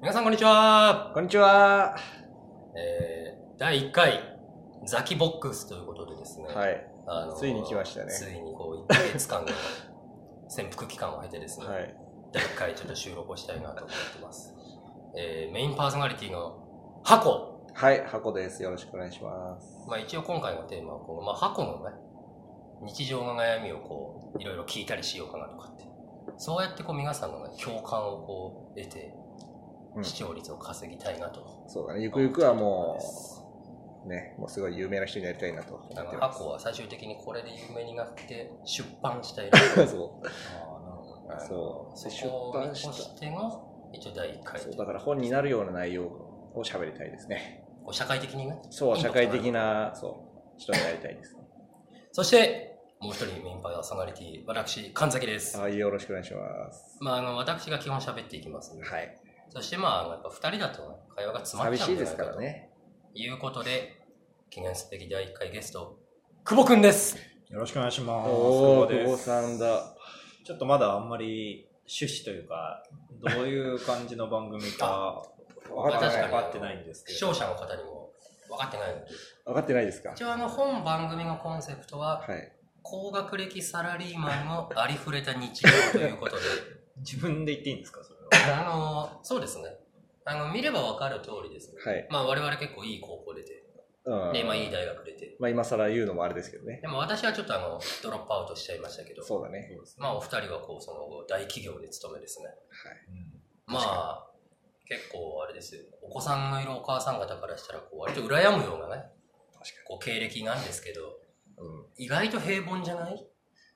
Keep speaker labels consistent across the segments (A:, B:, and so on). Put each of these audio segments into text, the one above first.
A: 皆さんこんにちは、
B: こんにちは。
A: えー、第1回ザキボックスということでですね、
B: はい。
A: あの
B: ついに来ましたね
A: ついにこう1ヶ月間の潜伏期間を経てですね、
B: はい。
A: 第1回ちょっと収録をしたいなと思ってます、えー、メインパーソナリティの箱、
B: はい、箱です。よろしくお願いします。
A: まあ、一応今回のテーマはこの、まあ、箱のね日常の悩みをこういろいろ聞いたりしようかなとかってそうやってこう皆さんの、ね、共感をこう得て
B: うん
A: 視聴率を稼ぎたいなと、
B: そうだね。ゆくゆくはもう、ね、もうすごい有名な人になりたいなと思って
A: あの
B: ま
A: 過
B: す。
A: 去は最終的にこれで有名になって出版したい
B: そう。そう
A: そ
B: で
A: こを見越
B: 出版した
A: しての一応第一回
B: そう、だから本になるような内容を喋りたいですね。
A: こう社会的にね
B: そ
A: イ
B: う、
A: ンパ
B: 社
A: クトのあ
B: 会
A: る
B: 的な、そう、人になりたいです、ね。
A: そしてもう一人メインパーソナリティ私神崎です、
B: はい、よろしくお願いします。
A: まあ、あの私が基本喋っていきますので、
B: はい。
A: そしてまああのやっぱ二人だとね会話が詰まっ
B: 寂
A: ちゃう
B: し
A: ん
B: い
A: じゃ
B: で
A: ない
B: す
A: か
B: から
A: と
B: ね。
A: いうことで記念すべき第一回ゲスト久保くんです
C: よろしくお願いします。
B: おー、
C: 久
B: 久保
C: 保です
B: さんだ。
C: ちょっとまだあんまり趣旨とい うか、どういう感じの番組か
B: 分かって
A: 確
B: な
A: か
B: い。
A: に
C: 分かってないんですけ
A: 視
C: ど。
A: 聴者の方にも分かってないので
B: 分かってないですか
A: 一応あの本番組のコンセプトは
B: はい。
A: 高学歴サラリーマンのありふれた日常という ことで、
C: 自分で言っていいんですかそれは。
A: あの、そうですね。あの、見ればわかる通りですね。
B: はい。
A: まあ我々結構いい高校出て、
B: うん。
A: で、まあいい大学出て。
B: まあ今更言うのもあれですけどね。
A: でも私はちょっとあの、ドロップアウトしちゃいましたけど、
B: そうだね。
A: まあお二人はこう、その後大企業で勤めですね。
C: うん
A: まあ、結構あれですよ。お子さんのいるお母さん方からしたら、こう、割と羨むようなね、こう経歴なんですけど、
B: はい。うん。
A: 意外と平凡じゃない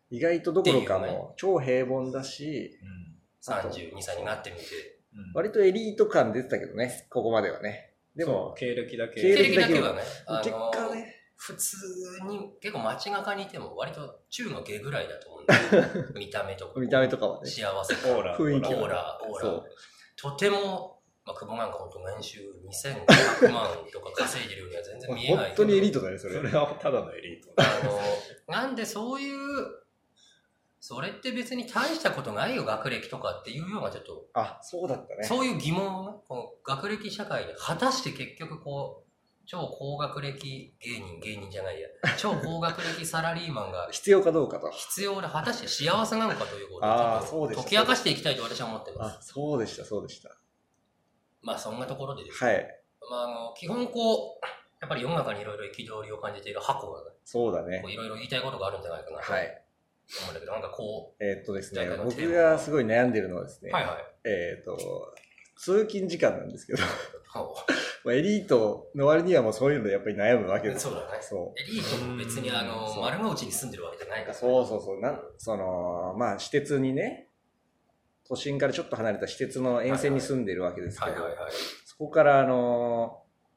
B: 意外とどころか
A: っていう
B: もう超平凡だし、あと
A: ?32 歳になってみて。
C: うん
B: 割とエリート感出てたけどね、ここまではね。で
C: そう
B: も、
C: 経歴だけ。
B: 経
A: 経歴
B: 歴だ
A: だ
B: け
A: け
B: は
A: はね、あ
B: 結
A: の
B: 果ね、
A: 普通に結構街中にいても割と中の下ぐらいだと思うんですよ 見た目とか
B: 見た目とかはね、
A: 幸せ
C: オー
A: 感
C: ラ。
B: 雰囲気
A: オーラオー
B: そ
A: ラ
B: う
A: とても、まあ、久保なんか本当年収2500万とか稼いでるようには全然見えない
B: 本
A: けど
B: 当にエリートだね、そ
C: そ
B: れ。
C: れはただのエリート。
A: あのなんでそういうそれって別に大したことないよ学歴とかっていうようなちょっと
B: あ、そうだったね。
A: そういう疑問をねこの学歴社会で果たして結局こう超高学歴芸人芸人じゃないや超高学歴サラリーマンが
B: 必要かどうかと。
A: 必要で果たして幸せなのかということをちょっ
B: あー
A: と
B: そうでした
A: 解き明かしていきたいと私は思ってます。
B: あ、そうでした、そうでした。
A: まあそんなところでですね、
B: はい。
A: まあ、あの基本こう、やっぱり世の中にいろいろ憤りを感じている箱がね
B: そうだね
A: こ。ういろいろ言いたいことがあるんじゃないかなと
B: は
A: 思
B: い。
A: うんだけど、なんかこ
B: えーっとですね
A: じゃあ、
B: 僕がすごい悩んでるのはです
A: う、
B: ね、
A: はい はい、
B: えーっと、通勤時間なんですけど、
A: そ
B: まあエリートの割にはもうそういうのでやっぱり悩むわけ
A: う
B: です
A: そうだね。
B: そう。
A: エリートも別にあの
B: そう
A: 丸の内に住んでるわけじゃないから、
B: そうそうそう、なんその、まあ、私鉄にね、都心からちょっと離れた私鉄の沿線に住んでるわけです
A: は
B: け
A: いはい
B: ど、
A: はい。
B: そこから、あのー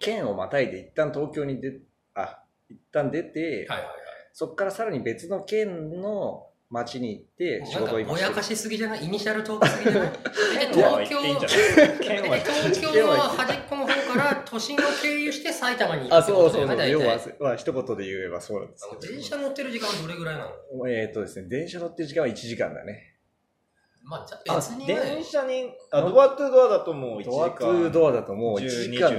B: 県をまたいで一旦東京に出、あ、一旦出て、
A: はいはい
B: そこからさらに別の県の町に行って仕
A: はい。
B: 事を
A: なんか
B: 今
A: ぼ
B: して
A: や
B: る
A: かしすぎじゃないイニシャルトークすぎじゃない え
C: オーラは
A: 東
C: 言っていいん
A: 京
C: じゃない
A: え
C: 県は言って
A: 東京の端っこの方から都心を経由して埼玉に行く
B: あ、
A: って
B: そ
A: こ
B: う
A: と
B: そ
A: だ
B: う
A: よ
B: そ
A: ね、
B: う。
A: 大
B: 要
A: 体
B: は、。まあ、一言で言えばそうなんです
A: あの
B: けど。
A: 電車乗ってる時間どれぐらいなの
B: えっ、とですね、電車乗ってる時間は1時間だね。
A: まあ、じゃ
C: あ
A: 別にね、
C: 電車に、あドアトゥドアだともう1時
B: ドア
C: 間。
B: トゥードアだともう1
C: 10
B: 時間。
C: 10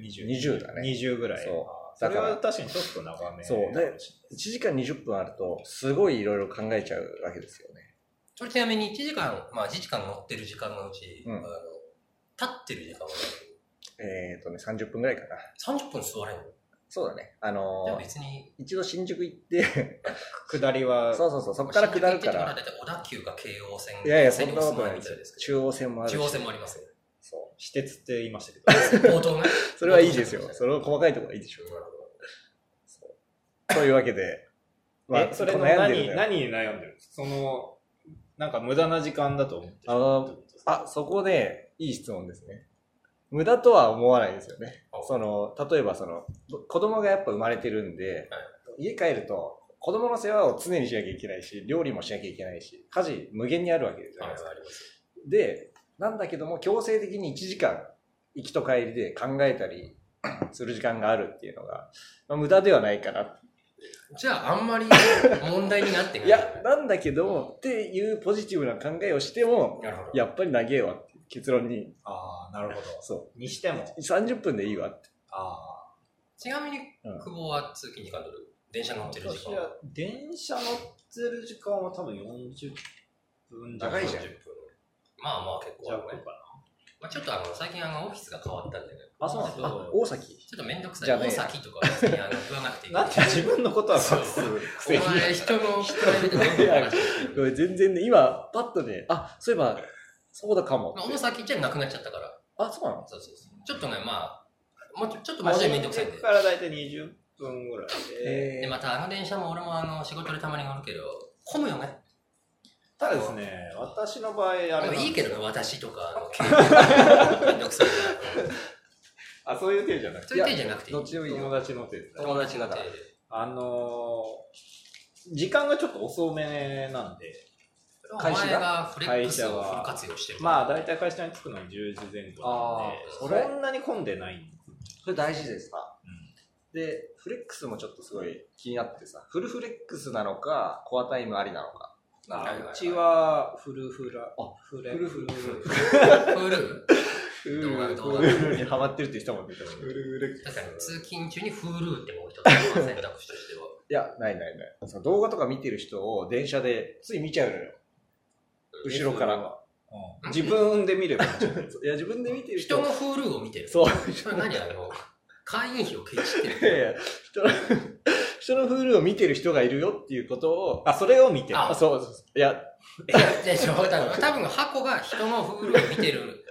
C: 20
B: 20だね
C: 20ぐらい。
B: そう
C: あ
B: だ
C: ーそ
B: か
C: れ
B: ら
C: は確かにちょっと長め。
B: そうで1時間20分あると、すごいいろいろ考えちゃうわけですよね。
A: それちなみに1時間、まあ、1時間乗ってる時間のうち、
B: うん
A: あの立ってる時間は
B: えっ、とね、30分ぐらいかな。
A: 30分座れんの
B: そうだね。あ
A: じゃあ
B: のー
A: 別に、
B: 一度新宿行って、
C: 下りは、
B: そうそうそう、そこから下るか
A: 新宿行
B: ら
A: って。たら大体小田急か京王線
B: いやいや、そ
A: 線
B: ん
A: に
B: な
A: も住
B: こと
A: ま
B: ないい
A: み
B: で
A: たい
B: すよ
A: です。け
B: 中央線も
A: ど
B: あるし。
A: 中央線もありますね。
B: そ
C: 私鉄って言いましたけど。
A: 冒頭ね。
B: う。それはいいですよ。それを細かいところはいいでしょう。というわけで、
C: え、それの
B: 悩んでるの
C: 何、
B: よ
C: 何に悩んでるんですかその、なんか無駄な時間だと思ってる
B: あの
C: ってことですか
B: あ、そこで、いい質問ですね。無駄とは思わないですよね
A: あ。
B: その、例えばその、子供がやっぱ生まれてるんで、家帰ると、子供の世話を常にしなきゃいけないし、料理もしなきゃいけないし、家事無限にあるわけじゃ
A: は
B: ない
A: いは
B: です
A: い
B: か
A: あります
B: で、なんだけども、強制的に1時間、行きと帰りで考えたり する時間があるっていうのが、まあ、無駄ではないかな。
A: じゃあ、あんまり問題になってない。
B: いや、なんだけども、っていうポジティブな考えをしても、
A: なるほど。
B: やっぱり長えわっていう結論に、
C: ああ、なるほど。
B: そ
C: にしても、
B: う。30分でいいわって。
C: ああ。
A: ちなみに、
B: うん
A: 久保は通勤時間取る電車乗ってる時
C: 私
A: 間。
C: は、電車乗ってる時間は多分40分
B: 長いじゃん
A: 40分。まあまあ結構ある
C: 弱
A: ね。
C: かな。
A: まあ、ちょっとあの、最近あの、オフィスが変わったんでね。
C: あ、そうなん
A: ち
C: で
A: ょっ
C: すか
A: と
B: 大崎。
A: ちょっとめんどくさ
B: じゃ
A: い。
B: ねえ
A: 大崎とかは別にあの食わなくていい。
C: なんで自分のことは
A: そう
C: 隠す
A: お前、人の、人のレベルでどんどん話して
B: こ
A: る。
B: れ全然ね、今、パッとね、あ、そういえば、そうだかも
A: まあ。大崎じゃなくなっちゃったから。
B: あ、そうなの
A: そうそうそう。ちょっとね、まあ、もうちょちょっともうちょいめんどくさいんで
C: 新宿。から大体20分ぐらいで。
B: え
A: で、またあの電車も俺もあの、仕事でたまに乗るけど、混むよね。
C: ただですね、私の場合、あれ
A: で
C: なん
A: も
C: です
A: いいけどね、私とか、あの、経営めんどくさいから。
C: あ、そういう手じゃなくて。
A: そういう手じゃなくていい
B: どっ。ちでもいいよ
C: 友。達の手ですね
A: 友達の手で。
C: あのー、時間がちょっと遅めなんで、
A: お前
B: 会社が
A: がフレックスを
C: 会社
A: フ
C: は
A: ル活用してる。
C: まあ大体会社に着くのは10時前後なんで
B: あ、
C: そ
B: ーそれ
C: んなに混んでないんです。
B: それ大事ですかで、フレックスもちょっとすごい気になってさ、フルフレックスなのか、コアタイムありなのか。
A: はいはいはいう
C: ちはフルフラ、あ、フレ
B: フルフ
C: ルフル。
A: フル
B: フ
A: どうなるどうなる
B: ールにハマってるって人も出た
C: フルフレック
A: 確
C: ス
A: かに通勤中にフルーってもう一つの選択肢としては。
B: いや、ないないない。その動画とか見てる人を電車でつい見ちゃうのよ。後ろから。
C: うん自分で見ればいいんじゃない
B: いや、自分で見てる
A: 人のフルーを見てる。
B: そう。
A: それ何あの、会員費をケチって
B: いやい
A: る。
B: や人の、 人のフールを見てる人がいるよっていうことを、
C: あ、それを見てる。
A: あ
B: そうそうそう。いや、
A: いや、でしょ、だから多分箱が人のフルーを見てる。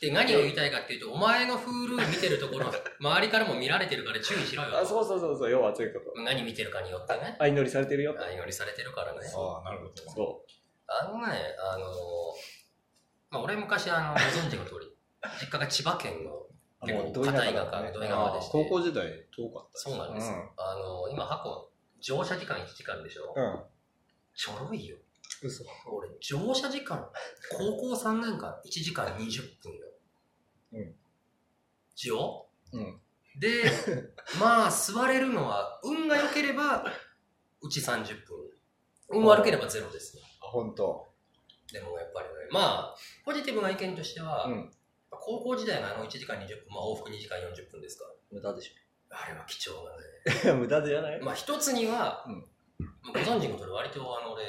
A: で、何を言いたいかっていうと、お前のフルー見てるところ、周りからも見られてるから注意しろよ。
B: あそうそうそうそう、要はそういうこ
A: 何見てるかによってね
B: と。。相乗りされてるよ。
A: 相乗りされてるからね。
C: ああ、なるほど。
B: そ
A: あのね、あのまあ、俺昔、あの、ご存知の通り、実家が千葉県の
B: う。
A: 結
B: も
A: 構
B: うど田舎だからね
A: 片田舎ど田舎までして
C: 高校時代遠かった
A: そうなんですよ。
B: うん
A: あの、今、箱、乗車時間1時間でしょ、
B: うん。
A: ちょろいよ。
C: 嘘
A: 俺、乗車時間、高校3年間、1時間20分よ。
B: うん。
A: しよう
B: うん。
A: で、まあ、座れるのは、運が良ければ、うち30分。運悪ければゼロですよ。
B: あ、本当。
A: でもやっぱりね、まあ、ポジティブな意見としては、
B: うん
A: 高校時代のあの1時間20分、まあ往復2時間40分ですか。
B: 無駄でし
A: あれは貴重だね。
B: ょ。無駄じゃな い
A: まあ一つには、
B: うん
A: まあご存知の通り割とあの俺、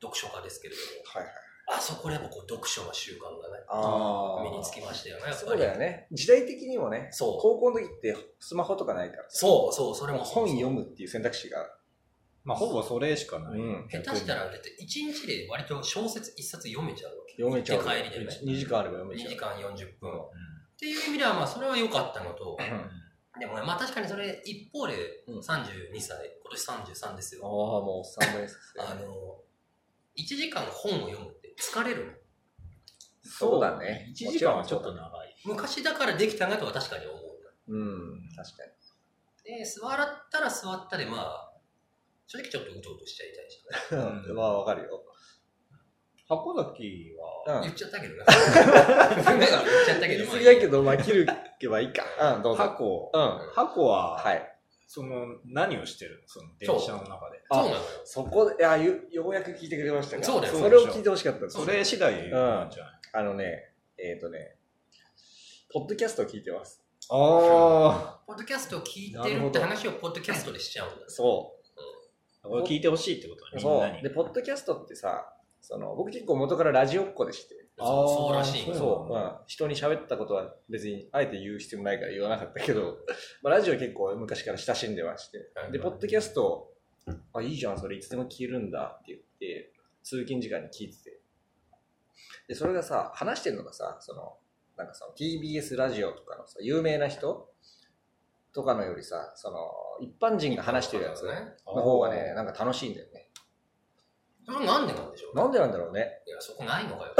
A: 読書家ですけれども、
B: はいはい。
A: あそこでやっぱこう読書の習慣がね、
B: あ
A: 身につきましたよね、やっぱり。
B: そうだよね。時代的にもね、
A: そう。
B: 高校の時ってスマホとかないから。
A: そうそう、それもそう
B: 本読むっていう選択肢が。
C: まあ、ほぼそれしかない。
B: ん
A: 下手したら、だって1日で割と小説1冊読めちゃうわけ。
B: 読めちゃう。
A: 行って帰りでね。
B: 2時間あれば読め
A: 2
B: ちゃう。
A: 時間40分。
B: うん
A: っていう意味では、まあそれは良かったのと、
B: うんあ
A: でもね、まあ確かにそれ、一方で
B: うん
A: 32歳、今年33です
B: あ、
A: よ。
B: もうおっさんです。
A: あの、1時間本を読むって疲れるの。
B: そうだね。
C: 1時間はちょっと長い。
A: 昔だからできたなとは確かに思う。
B: うん、確かに。
A: で、座ったら座ったで、まあ、正直ちょっとうとうとしちゃいたいし、
C: うん
B: まあ、わかるよ。
C: 箱崎は、
B: うん
A: 言っちゃったけ どね。なんか言っちゃったけ
B: 言い
A: ど、ま
B: 過
A: あ
B: ぎだけど、まあ、切るけばいいか。うん、どうぞ。
C: 箱、
B: うん。
C: 箱は、
B: はい。
C: その、何をしてるのその、電車の中で。
A: そうなのよ。
B: そこで、いや、よようやく聞いてくれましたか
A: そうだよ
B: それを聞いてほしかったです
C: そ。れ次第なんじゃない
B: あのね、えっとね、ポッドキャストを聞いてます。
C: ああ。
A: ポッドキャストを聞い
B: な
A: て
B: る
A: る
B: ほ
A: って
B: ど
A: 話をポッドキャストでしちゃうんだ。
B: そう。
C: これ聞いてほしいってことね、みん
B: そ
C: なに
B: う。で、。ポッドキャストってさ、その僕結構元からラジオっ子でして、
A: そうそうらしい
C: あー
A: の。
B: そう、
C: うん
B: うん、人に喋ったことは別にあえて言う必要もないから言わなかったけど、 まあ、ラジオ結構昔から親しんでまして、で、ポッドキャスト、あ、いいじゃん、それいつでも聞けるんだって言って、通勤時間に聞いてて。で、それがさ、話してるのがさ、その、なんかその TBS ラジオとかのさ、有名な人とかのよりさ、その、一般人が話してるやつの
A: ね。
B: 方がね、なんか楽しいんだよね。
A: それはなんでなんでしょうね
B: なんでなんだろうね。
A: いや、そこないのかよ。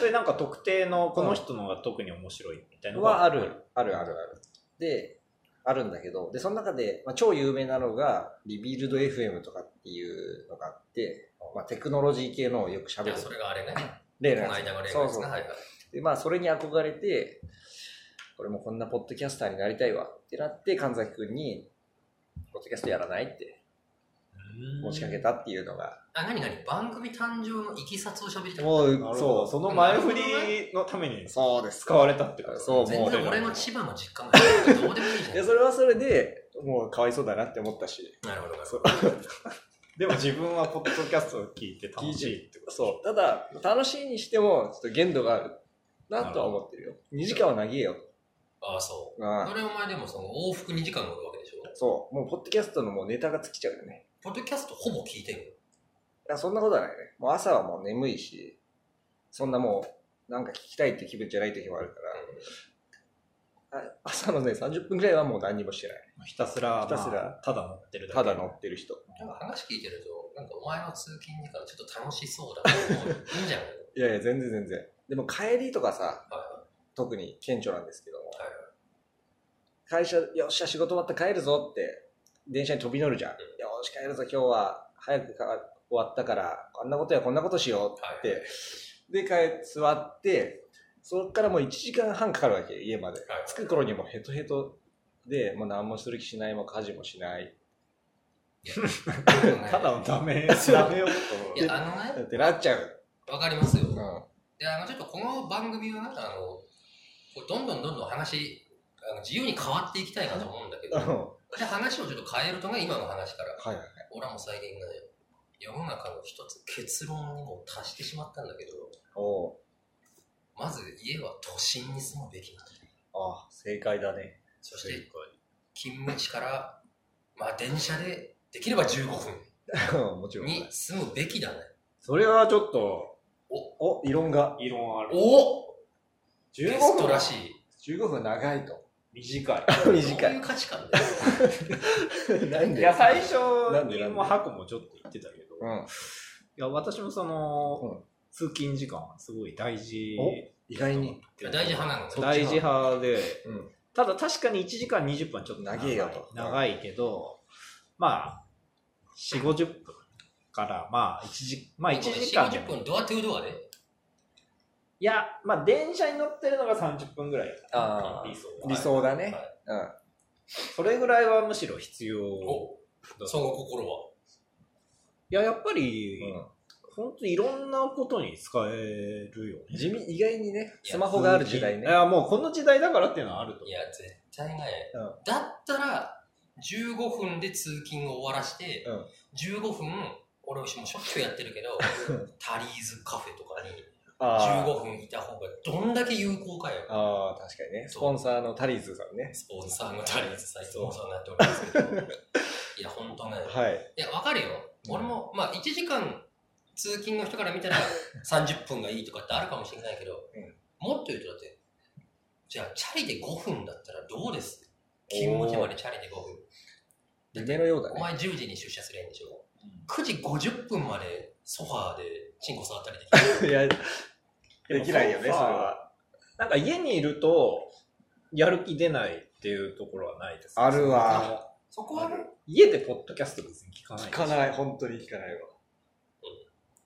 C: それなんか特定の、この人のが特に面白いみたいなの
B: はある。あるあるある。で、あるんだけど、で、その中で、まあ、超有名なのが、リビルド FM とかっていうのがあって、まあ、テクノロジー系のをよく
A: い
B: 喋
A: や、そ
B: る。
A: れがあれね。
B: 例
A: こ
B: の
A: の
B: や
A: 間の例
B: つ。
A: の
B: そ
A: や
B: う
A: つ
B: そう
A: ね。はいはい。
B: で、まあ、それに憧れて、俺もこんなポッドキャスターになりたいわってなって、神崎くんに、ポッドキャストやらないって
C: う
B: 持ちかけたっていうのが、
A: あ、なになに番組誕生のいきさつを喋りたい。
B: も
C: なるほ
B: う、
C: ど
B: そう、
C: そ
B: そ
C: の前振りのために
B: そうです
C: 使われたってこと
B: そうも
A: 全然俺の
C: ち
A: 千葉の実家もどうでもいいじ
B: い
A: ゃ
B: や、それはそれで、もうかわいそうだなって思ったし、
A: ん。なるほど、なるほ
B: そ
A: ど
B: う。
C: でも自分はポッドキャストを聞いて楽しいってこと
B: そう。ただ、楽しいにしても、ちょっと限度があるなとは思ってるよ。2時間は長えよ。
A: ああ、そう。
B: あ
A: それお前でもその往復2時間乗るわけでしょ
B: そう。もう、ポッドキャストのもうネタが尽きちゃうよね。
A: ポッドキャストほぼ聞いてる
B: いや、そんなことはないね。もう朝はもう眠いし、そんなもう、なんか聞きたいって気分じゃない時もあるから、あ朝のね、30分くらいはもう何にもしてない。
C: ひたすら
B: ひたすら
C: まあただ乗ってるだけ
B: ただ乗ってる人。
A: なんか話聞いてると、なんかお前の通勤時間ちょっと楽しそうだなと思う。いいんじゃない
B: いやいや、全然全然。でも帰りとかさ、
A: はい
B: 特に顕著なんですけども、
A: はい
B: 会社、よっしゃ、仕事終わった帰るぞって、電車に飛び乗るじゃん。よーし、帰るぞ、今日は、早くか終わったから、こんなことやこんなことしようって。
A: はい
B: で、帰、座って、そっからもう1時間半かかるわけ、家まで。
A: はい
B: 着く頃にもうヘトヘトで、もう何もする気しない、もう家事もしない。
A: の
C: ただの
A: い
C: ダメダメよ
A: や、あのね、
B: ってなっちゃう。
A: わかりますよ。
B: うん。
A: で、あの、ちょっとこの番組は、あの、こうどんどんどんどん話、あの自由に変わっていきたいなと思うんだけど、
B: うん
A: で、話をちょっと変えるとね、今の話から。
B: はいはい。
A: 俺はもう最近ね、世の中の一つ結論にも達してしまったんだけど、
B: おう
A: まず家は都心に住むべきなんだ。
B: あ
C: 正解だ ね
A: そして、勤務地から、まあ電車で、できれば15分
B: あ、もちろん。
A: に住むべきだね。
C: それはちょっと
B: お、異論が。
C: 異論ある
A: お
C: 15
A: ゲスト
C: 分
A: ら
C: は
A: しい。
B: 15分長いと。
C: 短い
A: どう
B: 短
A: い。
B: いう
A: 価値観だよ。
B: なん
C: いや、最初
B: なんで
C: に
B: なんで
C: も箱もちょっと言ってたけど、
B: う
C: い
B: ん。
C: や、私もその、
B: うん
C: 通勤時間はすごい大事。
B: 意外に。
A: いや大事派なのよ。
C: 大事派で、
B: うん
C: ただ確かに1時間20分はちょっと
B: 長いよと
C: 長いけど、まあ、4、50分から、まあ、1時、まあ、1時間
A: 4、
C: で
A: 50分ドアトゥードアで。
C: いや、まあ、電車に乗ってるのが30分ぐらい。
B: あ
C: 理想
B: ー理想だね
A: はい。
B: うん。
C: それぐらいはむしろ必要。
A: おその心は。
C: いや、やっぱり、
B: うん
C: 本当いろんなことに使えるよね。
B: 地味、意外にね、スマホがある時代
C: い
B: ね。
C: や、もうこの時代だからっていうのはあると
A: い。や、絶対ね、
B: う
A: だったら、15分で通勤を終わらして、
B: うん
A: 15分、俺もしょっちゅうやってるけど、タリーズカフェとかに
B: あー
A: 15分いた方がどんだけ有効かよ。
B: あー、確かにね。スポンサーのタリーズさんね。
A: スポンサーのタリーズさん、スポンサーになっておりますけど。いや、ほんとね。
B: はい。
A: いや、わかるよ。
B: うん
A: 俺も、まあ、1時間通勤の人から見たら30分がいいとかってあるかもしれないけど、
B: うん
A: もっと言うとだって、じゃあ、チャリで5分だったらどうです勤務地までチャリで5分。
B: 夢のようだ
A: お
B: ね。
A: 前10時に出社すりゃいいんでしょ
C: うん
A: ?9 時50分までソファーでチンコ触ったりできる。
B: いや、
C: でも
B: できないよね、それ
C: そうか
B: は。
C: なんか家にいると、やる気出ないっていうところはないですか
B: あるわ。
A: そこはね、
C: 家でポッドキャスト別に聞かない。
B: 聞かない。本当に聞かないわ。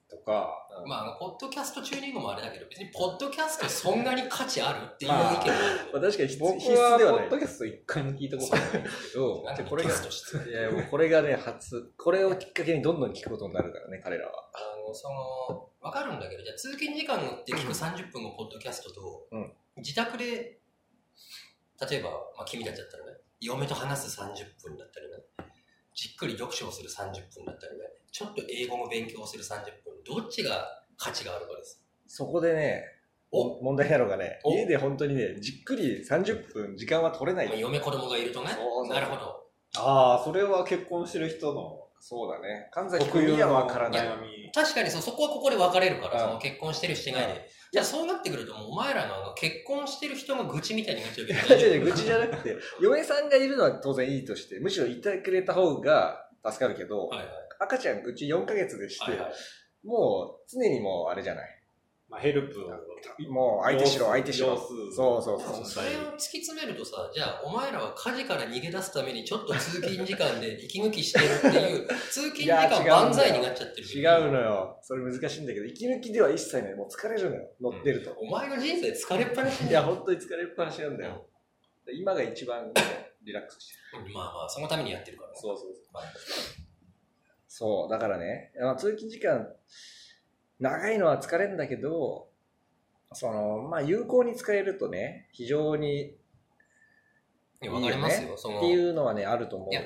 C: とか、
B: うん
A: まああの、ポッドキャストチューニングもあれだけど、別にポッドキャストそんなに価値あるっていう意見もある
B: まあ確かに必
C: 僕
B: 必
C: は
B: 須
C: ポ
B: ではない
C: ッド。キャスト一回も聞いたことないんですけど、
A: なんか
B: じゃあこれ
A: ゲ
B: が
A: ストして
B: いや、もうこれがね、初。これをきっかけにどんどん聞くことになるからね、彼らは。
A: あの、その、わかるんだけど、じゃあ通勤時間乗って聞く30分のポッドキャストと、
B: うん
A: 自宅で、例えば、まあ、君たちだったらね、嫁と話す30分だったりね、じっくり読書をする30分だったりね、ちょっと英語の勉強をする30分、どっちが価値があるかです。
B: そこでね、
A: お
B: 問題なのがね、
A: お
B: 家で本当にね、じっくり30分時間は取れない
A: まあ。嫁子供がいるとね、
B: そうそう
A: なるほど。
C: ああ、それは結婚してる人の
B: そうだね。神崎
C: 特
B: 君
C: 有
B: には
C: の
B: わから
C: 悩
B: ない。
C: み。
A: 確かにそうそこはここで分かれるから、
B: うん
A: その結婚してるしてないで。
B: うん
A: じゃあそうなってくると、もうお前らのあの結婚してる人の愚痴みたいになっちゃうけど、
B: 違う違う愚痴じゃなくて、嫁さんがいるのは当然いいとして、むしろいてくれた方が助かるけど、
A: はいはい
B: 赤ちゃんうち4ヶ月でして、
A: はいはい
B: もう常にもうあれじゃない。
C: まあ、ヘルプを。
B: もう相手しろ、相手しろ。そうそう
A: でも
B: そう。
A: それを突き詰めるとさ、じゃあお前らは家事から逃げ出すためにちょっと通勤時間で息抜きしてるって いう、通勤時間万歳になっちゃってる
B: 違うのよ。それ難しいんだけど、息抜きでは一切ない。もう疲れるのよ。乗ってると。
A: お前の人生疲れっぱなし
B: い
A: じゃ
B: や、
A: ん。
B: 本当に疲れっぱなしなんだよ。今が一番ねリラックスしてる。
A: まあまあ、そのためにやってるからね。
B: そうそう
A: まあ
B: そう、だからね、まあ、通勤時間、長いのは疲れんだけど、その、まあ、有効に使えるとね、非常に
A: いや、わかりますよ。その
B: っていうのはね、あると思うよ
A: い。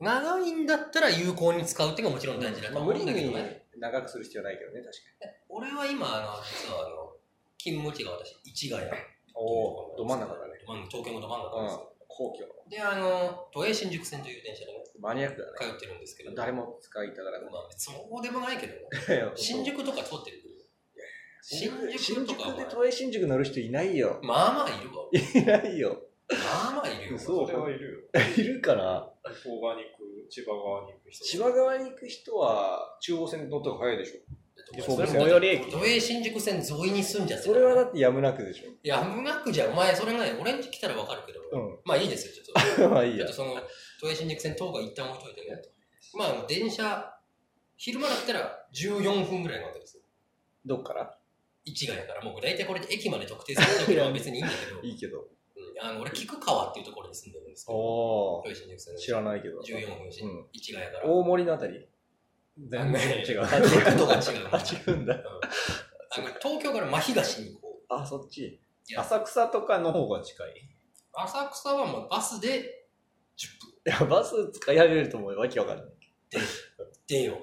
A: 長いんだったら有効に使うっていうのがもちろん大事だと
B: まあ、
A: 思
B: 無
A: うん
B: 理
A: だけど
B: に
A: ね。
B: 長くする必要ないけどね、確か
A: 俺は今、あの、実はあの、勤務地が私、市ヶ谷。
B: に。おお、ど真ん中だね。
A: まあ東京のど真ん中ですよ。
B: 皇居の
A: で、あの、都営新宿線という電車でね、
B: マニアックだね。
A: 通ってるんですけど、
B: 誰も使いたがら
A: まあ、そうでもないけどね、
B: ない。
A: 新宿とか通ってる新宿
B: 新
A: とか
B: 宿で
A: は、
B: 都営新宿乗る人いないよ。
A: まあまあいるわ。
B: いないよ。
A: まあまあいるよ。
B: そう
D: それはいるよ。
B: いるかな
D: 向こう側に行く、千葉側に行く人。
B: 千葉側に行く人は中央線乗った方が早いでしょ。
C: そうですよ最寄り駅
A: 都営新宿線沿いに住んじゃって
B: それはだってやむなくでし
A: いや、無学じゃん、お前、それがね、俺んち来たらわかるけど、
B: うん
A: まあいいですよ、ちょっと。
B: ょ。ま あいい
A: ちょ
B: や
A: っと。その、都営新宿線等が一旦置いといてね。まあ、あの電車、昼間だったら14分ぐらいのわけですよ。
B: どっから
A: 市ヶ谷から、もう大体これで駅まで特定されておけば別にいいんだけど、
B: いいけど。
A: うんあの俺、菊川っていうところに住んでるんですけど、
B: お
A: 都営新宿線
B: 知らないけど。
A: 14分し、
B: うん
A: 市ヶ谷から。
B: 大森のあたり
C: 全然違う。
A: あのね軸とが違う。
B: あ、違うんだ。
A: あの東京から真東にこう。
B: あ、そっち。
A: いや
C: 浅草とかの方が近い。
A: 浅草はもうバスで10分。
B: いや、バス使いられると思うよ。わけわかんない。
A: でよ。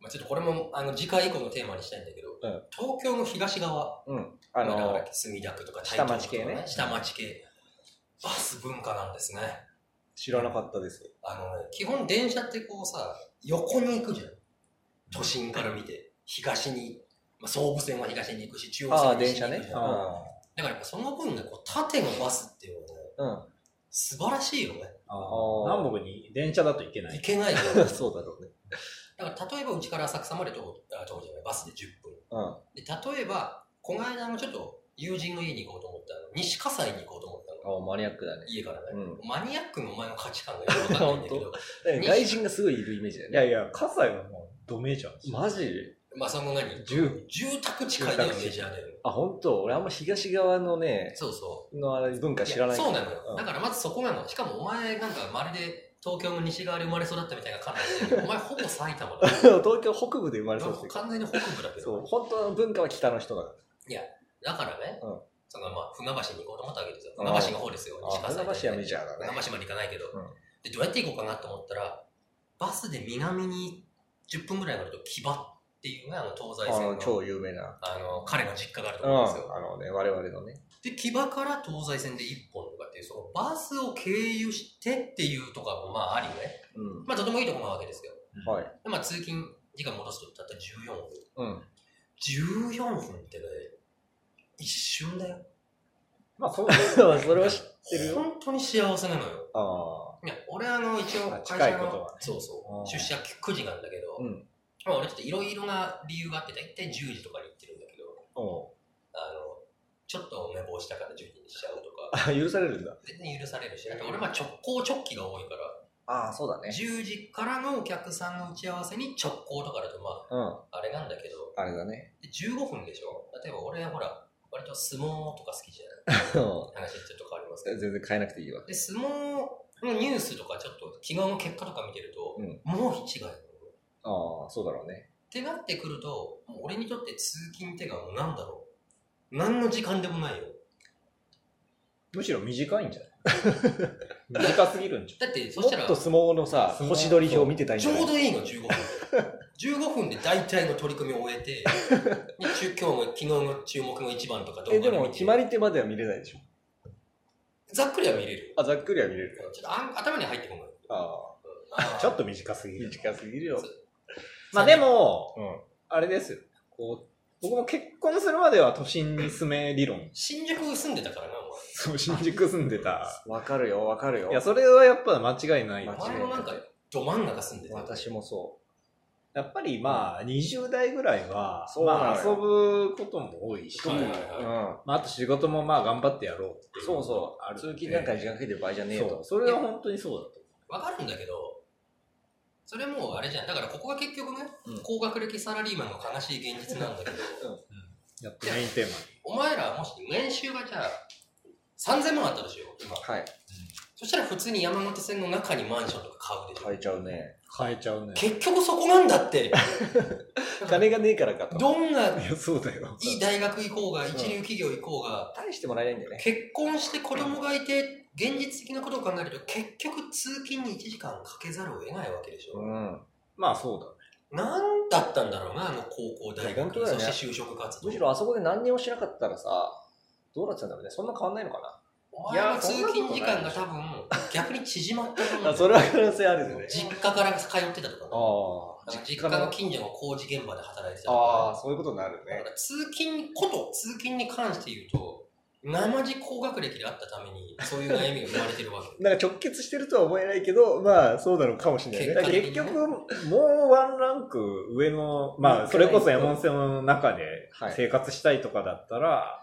A: まあ、ちょっとこれもあの次回以降のテーマにしたいんだけど、
B: うん
A: 東京の東側、
B: うん。あ
A: まだ
B: の
A: から、墨田区とか台
B: 下
A: 東
B: 町
A: 区と
B: 系
A: か、
B: ね
A: 下町系。バス文化なんですね。
B: 知らなかったです。
A: あのね、基本電車ってこうさ、横に行くじゃん。都心から見て、東に、まあ、総武線は東に行くし、中央線
B: あ
A: は
B: あ、電
A: 西
B: 車
A: に行く
B: ね
A: じ。ゃん。
B: あ
A: だからやっぱその分ね、こう縦のバスっていうのはね、
B: あ
A: 素晴らしいよね。
C: あ
B: ー
C: 南北に電車だと行けない
A: 行。けないよ
B: う
A: ね
B: ん。 そうだろうね。
A: だから例えばうちから浅草まで徒歩あ徒歩じゃないバスで10分
B: うん。
A: で例えばこの間のちょっと友人の家に行こうと思ったの西葛西に行こうと思ったの
B: あマニアックだね。
A: 家からね、
B: う
A: マニアックのお前の価値観がよくわかんないんだけど
B: ん。外人がすごいいるイメージだよ
C: い
B: ね。
C: やいや、葛西はもう、ドメジャーですよ
B: マジ
A: まあその何
B: 10
A: 住宅地界では
B: 住宅地
A: メジャーだよね
B: あ、本当俺あんま東側のね、
A: そうそ
B: のあれ文
A: う
B: 化知らない
A: い
B: か
A: や
B: ら
A: そうなのよ、
B: ん
A: だからまずそこなのしかもお前なんかまるで東京の西側で生まれ育ったみたいな感じ でお前ほぼ埼玉だよ
B: 東京北部で生まれそうですよ
A: 完全に北部だけ
B: そう
A: ど
B: 本当の文化は北の人だか
A: だからね、
B: うん
A: そのまあ船橋に行こうと思ったわけですよ
B: うん
A: 船橋の方ですよ
B: ら
A: 西
B: あ
A: 葛西
B: 船橋はメジャーだね
A: 長島に行かないけど、
B: うん
A: でどうやって行こうかなと思ったらバスで南に10分ぐらい乗ると木場っていうねあの東西
B: あ
A: 線の
B: の超有名な
A: あの彼の実家があると
B: うん
A: 思うんですよ、
B: あのね我々のね
A: で木場から東西線で1本とかっていうそのバスを経由してっていうとかもまあありね
B: うん
A: まあとてもいいところなわけですよ
B: はい
A: でまあ通勤時間戻すとたった14分
B: うん
A: 14分ってね一瞬だよ
C: ま あ、そう
B: それは知ってるよ
A: 本当に幸せなのよい
B: あ
A: や、俺あの、一応
C: あ
A: 会社の、
C: 近いことはね
A: そう
C: う
A: そ
C: ん
A: う、出社9時なんだけど、
B: うん
A: まあ俺ちょっといろいろな理由があって、だいたい10時とかに行ってるんだけど、
B: あおう
A: あの、ちょっとお寝坊したから10時にしちゃうとか、
B: あ許されるんだ
A: 全然許されるし、あと俺まあ直行直帰が多いから、
B: ああそうだね
A: 10時からのお客さんの打ち合わせに直行とかだとま
B: うん
A: あ、あれなんだけど、
B: あれだね
A: で15分でしょ例えば俺はほら、割と相撲とか好きじゃ
B: うん
A: ない話ちょっと変わりますけど
B: 全然変えなくていいわ
A: で、相撲のニュースとかちょっと昨日の結果とか見てると、
B: うん
A: もう一概
B: ああそうだろうね
A: ってなってくると、もう俺にとって通勤ってがもうなんだろう。何の時間でもないよ。
C: むしろ短いんじゃない 短すぎるんじ
A: だって、そし
B: もった
A: ら、ち
B: と
A: ょ
B: 相撲のさ
C: 相撲
B: 星取り表見てたいんじゃな
A: う
B: い
A: どいいの、15分。15分で大体の取り組みを終え て、で中今日の、昨日の注目の一番とか動画
B: えでも
A: 見て
B: 決まり手までは見れないでしょ
A: ざっくりは見れるよ。
B: あざっくりは見れ
A: ちょ
B: る
A: っとあん頭に入ってこない。。
B: ああ
C: ゃん。ちょっと短すぎる。
B: 短すぎるよ
C: まあでも、
B: うん
C: あれですよ。こう、僕も結婚するまでは都心に住め理論
A: 新宿住んでたからな、お
C: そう、新宿住んでた。
B: わかるよわかるよ
C: いや、それはやっぱ間違いない。
B: 間
A: 前。
B: 違い
A: お前もなんか、ど真ん中住んでたよ。
B: 私もそ
C: やっぱりまあ、20代ぐらいは、
B: そうなのよ。
C: まあ遊ぶことも多いし、
A: はいはいうはい
B: ん。
C: まああと仕事もまあ頑張ってやろうっていうの
B: そ
C: も
B: うそう。
C: ある
B: 通勤なんかに時間
C: ゃ
B: かけてる場合じゃねえ
C: そ
B: よ
C: う。それは本当にそうだと思う。
A: わかるんだけど、それもうあれじゃん。だからここが結局ね、
B: うん
A: 高学歴サラリーマンの悲しい現実なんだけど、
C: やっとメインテーマに。
A: お前らもし年収がじゃあ3000万あったとしよう、今。
B: と。はい。
A: そそしたら普通に山手線の中にマンションとか買うでしょ。
B: 買えちゃうね。
C: 変えちゃうね。
A: 結局そこなんだって。
B: 金がねえからかと。
A: どんない
C: や、そうだよ。
A: いい大学行こうが、一流企業行こうが、
B: 大してもらえないんだよね。
A: 結婚して子供がいて、現実的なことを考えると、結局通勤に1時間かけざるを得ないわけでしょ。
B: うん。
C: まあそうだね。
A: なんだったんだろうな、あの高校、大
B: いや本
A: 学、
B: 当だよ
A: そ
B: ね
A: して就職活動
B: むし。ろあそこで何にもしなかったらさ、どうなっちゃうんだろうね。そんな変わんないのか
A: お前の
B: いや
A: 通
B: そんなこと
A: 勤
B: ない
A: 時間が多分、逆に縮まったと思うんだ
B: な。
A: よ
B: あそれは可能性あるよね。
A: 実家から通ってたとか
B: あ
A: ね、な
B: あ
A: んか実家の近所の工事現場で働いてたと
B: ああ、
A: か
B: そういうことになる
A: ね、だ
B: ね
A: か。ら通勤、こと通勤に関して言うと、生じ高学歴であったために、そういう悩みが生まれてるわけ。
B: なんか直結してるとは思えないけど、まあそうなのかもしれ ないね。だから結局、もうワンランク
C: 上の、まあそれこそ山手線の中で
B: はい
C: 生活したいとかだったら、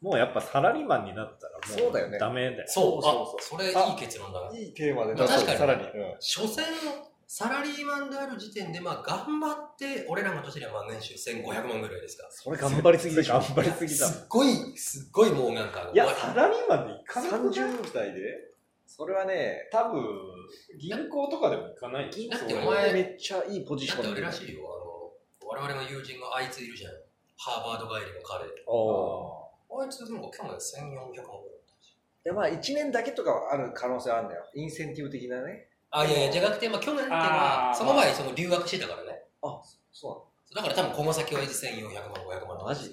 C: もうやっぱサラリーマンになったらも
B: そうだよね
C: ダメだよ。
A: そう、
B: そうそう
A: あ、それいい結論だな。
B: いいテーマで
A: 確かに
B: さらに。
A: 所詮、サラリーマンである時点で、まあ、頑張って、俺らの年ではまあ年収1500万ぐらいですか。
B: それ頑張りすぎでしょ
C: 頑。張りすぎだ。
A: すっごい、すっごいもうなんか、
C: いや、サラリーマンでいかなくない
B: 30代でそれはね、
D: 多分、銀行とかでも行かないでしょ
A: だって
D: そういう
A: お前
B: めっちゃいいポジシ
A: だ
B: ョ
A: っ
B: ン
A: て俺らしいよ、あの、我々の友人があいついるじゃん。ハーバード帰りの彼。
B: お
A: あいつなんか去年1400万ぐらい。
B: いやまあ1年だけとかはある可能性はあるんだよ。インセンティブ的なね。
A: あ、いやいや、じゃなくて、まあ、去年っていうのは
D: あ、ー
A: その前、その留学してたからね。
B: そ
A: だから多分、今後先は1400万、500万とか。
B: マジ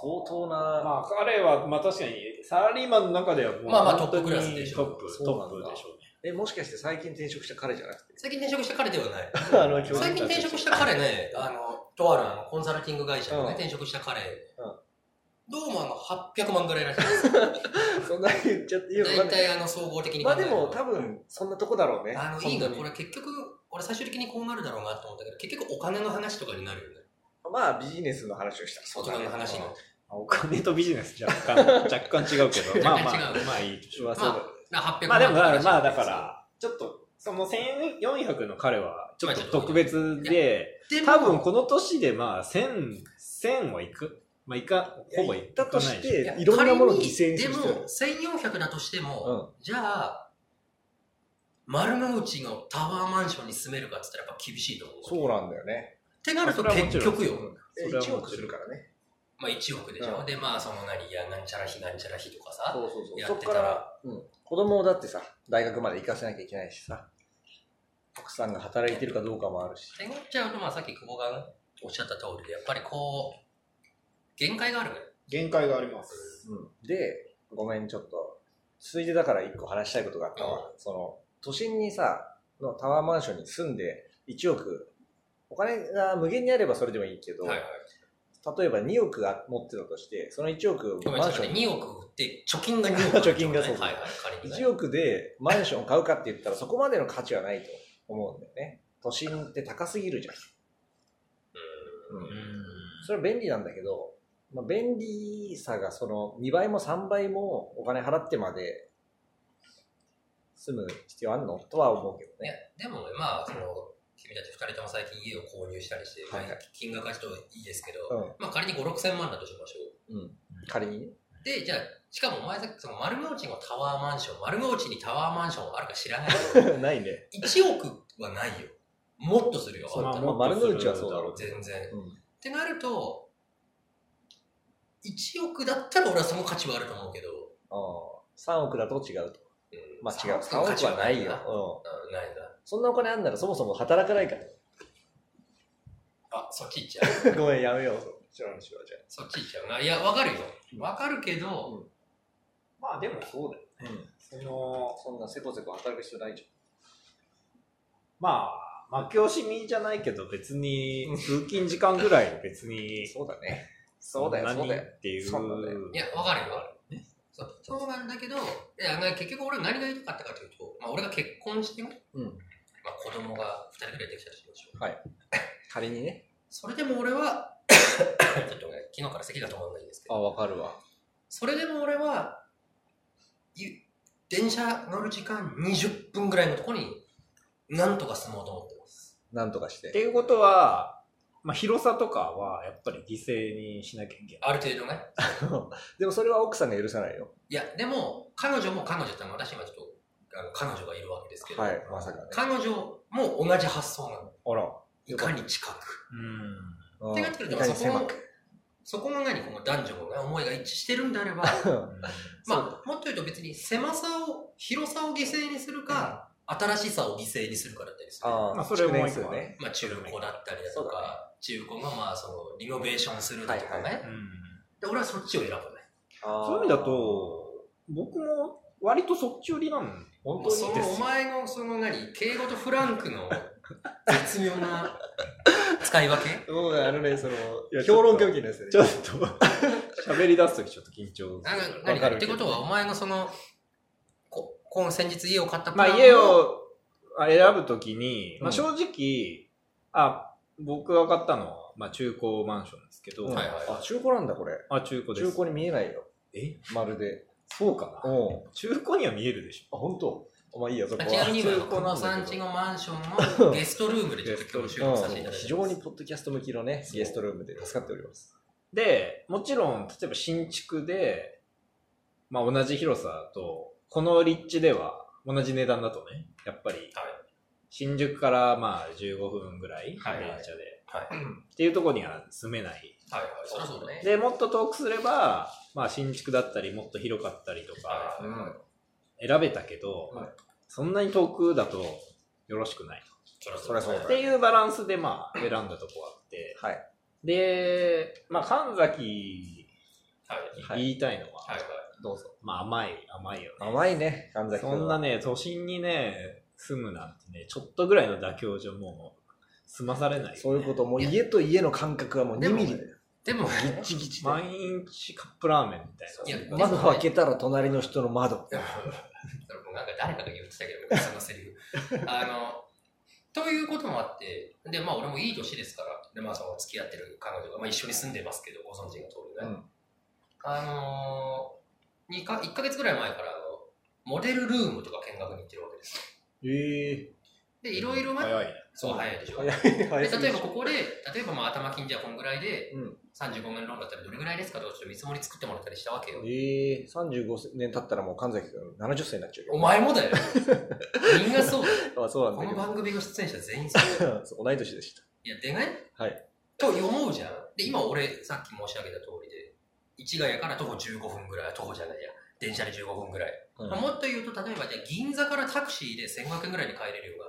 B: 相当な、
D: まあ、彼は、まあ確かに、サラリーマンの中ではもう、
A: まあまあ
D: 本当に
A: トップクラスでしょ
C: トップ、
B: そうな
C: ト
B: んだ
C: ップでしょうね。
B: え、もしかして最近転職した彼じゃなくて。
A: 最近転職した彼ではない。
B: あの、教授
A: 最近転職した彼ね、あの、とあるあのコンサルティング会社のね、
B: うん
A: 転職した彼、
B: ん
A: どうもあの、800万ぐらいらしい です。
B: そんな言っちゃっていいの
A: 大体あの、総合的に
B: ま
A: 考
B: あ
A: え
B: で
A: ると
B: も多分そんなとこだろうね。
A: あの、いいな、
B: 本当
A: こ
B: に
A: れ結局、俺最終的にこうなるだろうなと思ったけど、結局お金の話とかになるよね。
B: まあビジネスの話をした。
A: 大人の話になる。
C: お金とビジネス若干、若干違うけど、まあま あ
A: 若干違、う
C: まあいいでしょ
B: ま
C: う
B: あそうだね。
A: だから800
C: ま
A: 万
C: あでも、
A: の
C: だから
A: 話
C: まあだから、ちょっと、その1400の彼は、ちょっと特別で、
A: でも
C: 多分この年でまあ1000、1000はいく、まあいか、ほぼい
B: 行ったとし
A: いや
B: て、いろんなものを犠牲にす
A: で
B: る
A: も
B: 人よ。
A: 1400だとしても、じゃあ丸の内のタワーマンションに住めるかっつったらやっぱ厳しいと思う
B: そうなんだよね。
A: ってなると
C: それはもち
A: 結
C: ろん
A: 局よ、
C: それはもち
B: 1
C: ろん
B: 億するからね。
A: まあ、1億でしょ、
B: うん
A: でまあその何いやなんちゃら費なんちゃら費とかさ
B: そうそうそう。
A: や
B: そ
A: っ
B: ってか
A: た
B: ら
A: ら、
B: うん、子供をだってさ、大学まで行かせなきゃいけないしさ、奥さんが働いてるかどうかもあるし。
A: ってなっちゃうとまあさっき久保がおっしゃった通りでやっぱりこう限界があるね
D: 限界があります。
B: うん、で、ごめん、ちょっと、ついでだから一個話したいことがあったわ。その、都心にさ、のタワーマンションに住んで1億、お金が無限にあればそれでもいいけど、
A: はいはい
B: 例えば2億が持ってたとして、その1億を
A: ごめん
B: マ
A: な
B: ンシ
A: さい
B: ョン
A: 2億売って貯金が2億ある
B: 貯金がそうそう
A: はいはい仮にね
B: 1億でマンションを買うかって言ったらそこまでの価値はないと思うんだよね。都心って高すぎるじゃん。
A: うん
B: それは便利なんだけど、まあ、便利さがその2倍も3倍もお金払ってまで住む必要あるのとは思うけど
A: いや
B: ね。
A: でもねまあその君たち2人とも最近家を購入したりして、
B: はいはい
A: まあ金額はちょっといいですけど、
B: う
A: まあ仮に5、6千万だとしましょう。
B: ん。うん。仮にね。
A: で、じゃあ、しかもお前さっきその丸の内のタワーマンション、丸の内にタワーマンションあるか知らないけ ど、
B: ないね。
A: 1億はないよ。もっとするよ、
C: そう
A: 本当に
B: まあ、丸の内はそうだろう。
A: 全然。っ
B: うん。
A: てなると、1億だったら俺はその価値はあると思うけど、
B: ああ。3億だと違う
A: う
B: と。
A: ん
B: まあ違う。
A: そ
B: 3
A: の
B: 億
A: 価値
B: はない
A: な
B: よ。うん。
A: うんないな。
B: そんなお金あんならそもそも働かないから。
A: あ、そっち行っちゃう。
B: ごめん、やめよう。知らん知らんじ
A: そっち行っちゃうな。いや、わかるよ。わかるけど、
D: まあでもそうだよ。
B: ゃん。うん。
D: その、
B: そんなせこせこ働く必要ないじ
C: まあ、負け惜しみじゃないけど、別に、通勤時間ぐらい別に
B: ゃん。、そうだね。そうだよ、
C: 何
B: そうだよ。
C: っていう。
B: そうだよ
A: いや、わかるよ。そうそうなんだけど、いやな結局俺は何が言いたかったかというと、まあ、俺が結婚してね、
B: うん。
A: まあ、子供が2人ぐらいできたとしましょう。
B: 仮にね。
A: それでも俺は、 ちょっとね、昨日から咳が止まらないんですけど、
B: あ、わかるわ。
A: それでも俺は、い電車乗る時間20分ぐらいのとこに、なんとか住もうと思ってます。
B: なんとかし
C: って
B: て。
C: いうことは、まあ広さとかはやっぱり犠牲にしなきゃいけない。
A: ある程度ね。
B: でもそれは奥さんが許さないよ。
A: いや、でも、彼女も彼女ってのは私今ちょっと、あの彼女がいるわけですけど、
B: はい、まさかね。
A: 彼女も同じ発想なの。
B: あら。
A: いかに近く。
B: うん
A: ってなってくる
B: い
A: と、
B: かに
A: そこ
B: 狭
A: も
B: く。、
A: そこも何、この男女のね思いが一致してるんであれば、
E: うん
A: まあ、もっと言うと別に狭さを、広さを犠牲にするか、新しさを犠牲にするかだったりする。
B: あ
E: ま
B: あ、
E: あそれも
B: も
E: う
B: い
E: 一個は
B: ね。
A: まあ、中古だったりだ
B: そ
A: と
B: うだ
A: か、中古がまあ、その、リノベーションするだとかね。
B: はい
E: うん
A: で俺はそっちを選ぶね。
B: そ
C: そういう意味だ、と、僕も割とそっち寄りなの。本
A: もうそ
C: 当にで
A: のお
C: すよ。
A: 前のその何、敬語とフランクの絶妙 な使い分け
B: そうだ、あのね、その
C: や、
B: 評論家みたいなやつね。
C: ちょっと、喋り出すときちょっと緊張
A: なんか
C: わ
A: 何
C: か
A: か
C: る
A: っ
C: け
A: て
C: ど
A: ことは、お前のその、ここの先日家を買ったプ
E: まあ
A: ラン
E: 家
C: 家
A: を
C: を選ぶときに、ま
B: うん
C: あ、正直、あ、僕が買ったのは、まあ、中古マンションですけど、
B: うん
A: はいはい
B: あ、中古なんだ、これ。
C: あ、中古で
B: 中
C: す。
B: 古に見えないよ。
C: え
B: まるで。
C: そうかな。
B: おん。
C: 中古には見えるでし
B: あ、本当。まあいいや、そこは。
A: ちなみに今
B: 中
A: の
B: 古
A: こ
B: な
A: の
B: んだ
A: 産
B: け
A: 地
B: ど
A: のマンシ ョンのゲストルームでちょっと今日収録させていただ
B: うん
A: いて
B: 非常にポッドキャスト向きのね、ゲストルームで助かっております。
C: ょ。で、もちろん、例えば新築で、まあ、同じ広さと、この立地では同じ値段だとね、やっぱり、新宿からまあ15分ぐらい、電車
A: はいはい
C: で、
A: はいはい
C: っていうところには住めない。
A: はい、そりゃそうね。
C: で、もっと遠くすれば、まあ、新築だったり、もっと広かったりとか、
A: はい
C: 選べたけど、
B: はい
C: そんなに遠くだとよろしくない。
A: そりゃ
B: そりゃそうだ
C: っ
B: は
C: ていうバランスでまあ選んだとこあって、
B: はい。
C: で、まあ神崎
A: はい
B: はい
C: 言いたいのは、
A: はいはい
B: どうぞ。
C: まあ甘い、甘いよね。
B: 甘いね、神崎君
C: そ
B: は
C: んな。ね、都心にね、住むなんてね、ちょっとぐらいの妥協上もう済まされないよね、
B: そういうこと、もう
A: いや
B: 家と家の間隔はもう
A: で
B: 2
A: も
B: ミリ。
A: でも、
B: ギチギチで。
C: 毎日カップラーメンみたい
A: いやでも
B: 窓を開けたら隣の人の窓。
A: でもそれもなんか誰かが言ってたけど、そのセリフ。あの、ということもあって、で、まあ俺もいい年ですから、で、まあその付き合ってる彼女が、まあ一緒に住んでますけど、ご存知の通りね。
B: うん
A: あのー、2か、1ヶ月ぐらい前から、あの、モデルルームとか見学に行ってるわけですよ。
B: ええ。
A: で、いろいろま
C: な。早いね。
A: そう、早いでしょ。
B: 早い、
A: で
B: 早すぎ
A: 例え
B: る
A: ばここで、例えばまあ頭金じゃこんぐらいで、
B: うん
A: 35年ローンだったらどれぐらいですかと、ちょっと見積もり作ってもらったりしたわけよ。
B: ええ35年経ったらもう神崎君70歳になっちゃうよ
A: お前も だよ。みんなそうだよ。
B: あそうなん
A: この
B: だけど
A: 番組の出演者全員そうだよ。
B: そう同い年でした。
A: いや、でね、
B: はい、
A: と思うじゃん。で、今俺、さっき申し上げた通りで、市ヶ谷から徒歩15分ぐらい、徒歩じゃないや、電車で15分ぐらい。
B: うん
A: まあもっと言うと、例えばじゃあ銀座からタクシーで1500円ぐらいで帰れるよ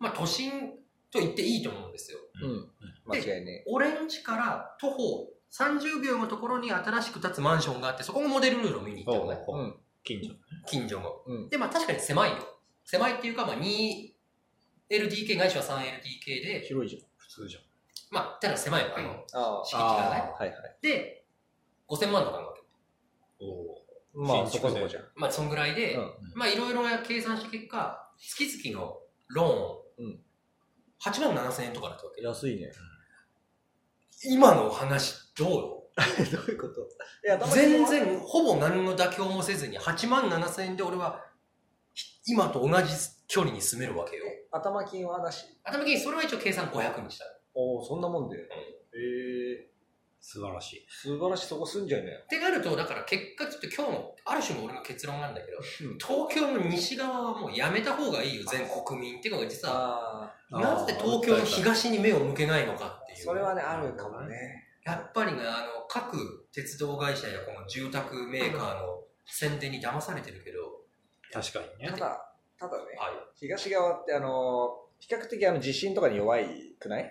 A: うな、まあ都心と言っていいと思うんですよ。
B: うん、間違いね
A: 俺ん家から徒歩30秒のところに新しく建つマンションがあって、そこもモデルルームを見に行ったのね、
B: え。うん。
C: 近所。
A: 近所も。
B: うん
A: で、まあ確かに狭いよ。狭いっていうか、まあ 2LDK ないしは 3LDK で、
B: 広いじ
C: 普通じゃん。
A: まあ、ただ狭いよ、あの、
B: ゃん。あ
A: 敷地がね。
B: あ。はいはい。
A: で、5000万とかなわけ。
C: お
B: まあ、
C: 新
B: そ
C: 築
B: こ
C: で
B: そこじゃん。
A: まあ、そんぐらいで、
B: うん
A: まあ、いろいろな計算した結果、月々のローン、
B: うん
A: 8万7千円とかだったわけ。
B: 安いね。
A: 今のお話、どうよ
B: どういうこといや
A: 全。然、ほぼ何の妥協もせずに、8万7千円で俺は、ひ今と同じ距離に住めるわけよ。
B: 頭金はなし。
A: 頭金、それは一応計算500にした。っ
B: おお、そんなもんで。ええ。
C: 素晴らしい。
B: 素晴らしい、そこ住んじゃいなよ。
A: てなると、だから結果、ちょっと今日の、ある種の俺の結論なんだけど、
B: うん
A: 東京の西側はもうやめた方がいいよ、全国民っていうのが実は、
B: ああ。
A: なぜ東京の東に目を向けないのかっていう。
B: それはね、あるかもね。
A: やっぱりね、あの、各鉄道会社やこの住宅メーカーの宣伝に騙されてるけど、
C: 確かにね
B: た。だ、ただね、
A: は
B: 東側ってあの、比較的あの地震とかに弱いくない
A: い。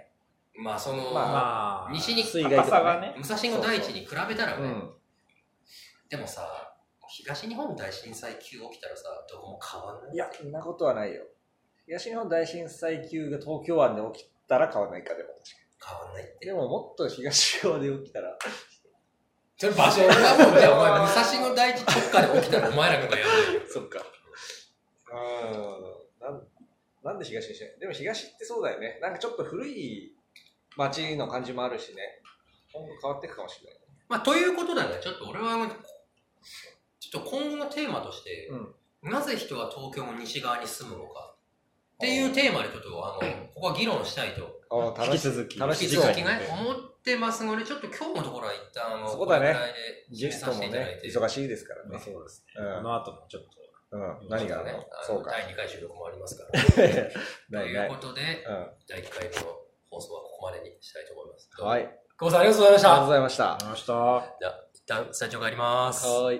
A: まあ、その、
B: ま
C: まあ、
A: 西に
B: 水
C: 高
B: 害と
C: さ
B: か
C: がね。
A: 武蔵野台地に比べたらね、
B: うん。
A: でもさ、東日本大震災級起きたらさ、どこも変わんない。
B: いや、そんなことはないよ。東日本大震災級が東京湾で起きたら変わらないか、でも確か
A: 変わんないって。
B: に。でももっと東側で起きたら、
A: それ場所だもんじゃあお前、武蔵野台地直下で起きたらお前らの方がやばい よ。
B: そっか。うん。なんなんで東にしないでも東ってそうだよね。なんかちょっと古い街の感じもあるしね。今後変わっていくかもしれない。
A: まあ、ということだね、ちょっと俺は、あのちょっと今後のテーマとして、なぜ人は東京の西側に住むのかっていうテーマでちょっと、あの、ここは議論したいと、
B: ああ、
C: 引
B: 楽
C: き
B: しい。
C: 続き。
B: 楽
A: 引き
B: し
A: 続き
B: い
A: ね、思ってますので、ちょっと今日のところは一旦、あの、
B: そうだね
A: これぐらいで
B: ゲストもね、忙しいですから
C: ま
B: ね。
C: あそうですね。
B: うん
C: この後もちょっと
B: うん。何があるの
A: ね、あ
B: そ
A: の
B: うか。
A: 第2回収録もありますから。と
B: ない
A: い
B: な
A: う
B: い
A: こ。とで、
B: うん。
A: 第1回の放送はここまでにしたいと思います。
B: はい。あり
A: 久保さんありがとうございまし
B: がとう
A: た
B: ご。ざいました。
C: りました。
A: じゃあ、一旦スタジオ帰ります。
B: はい。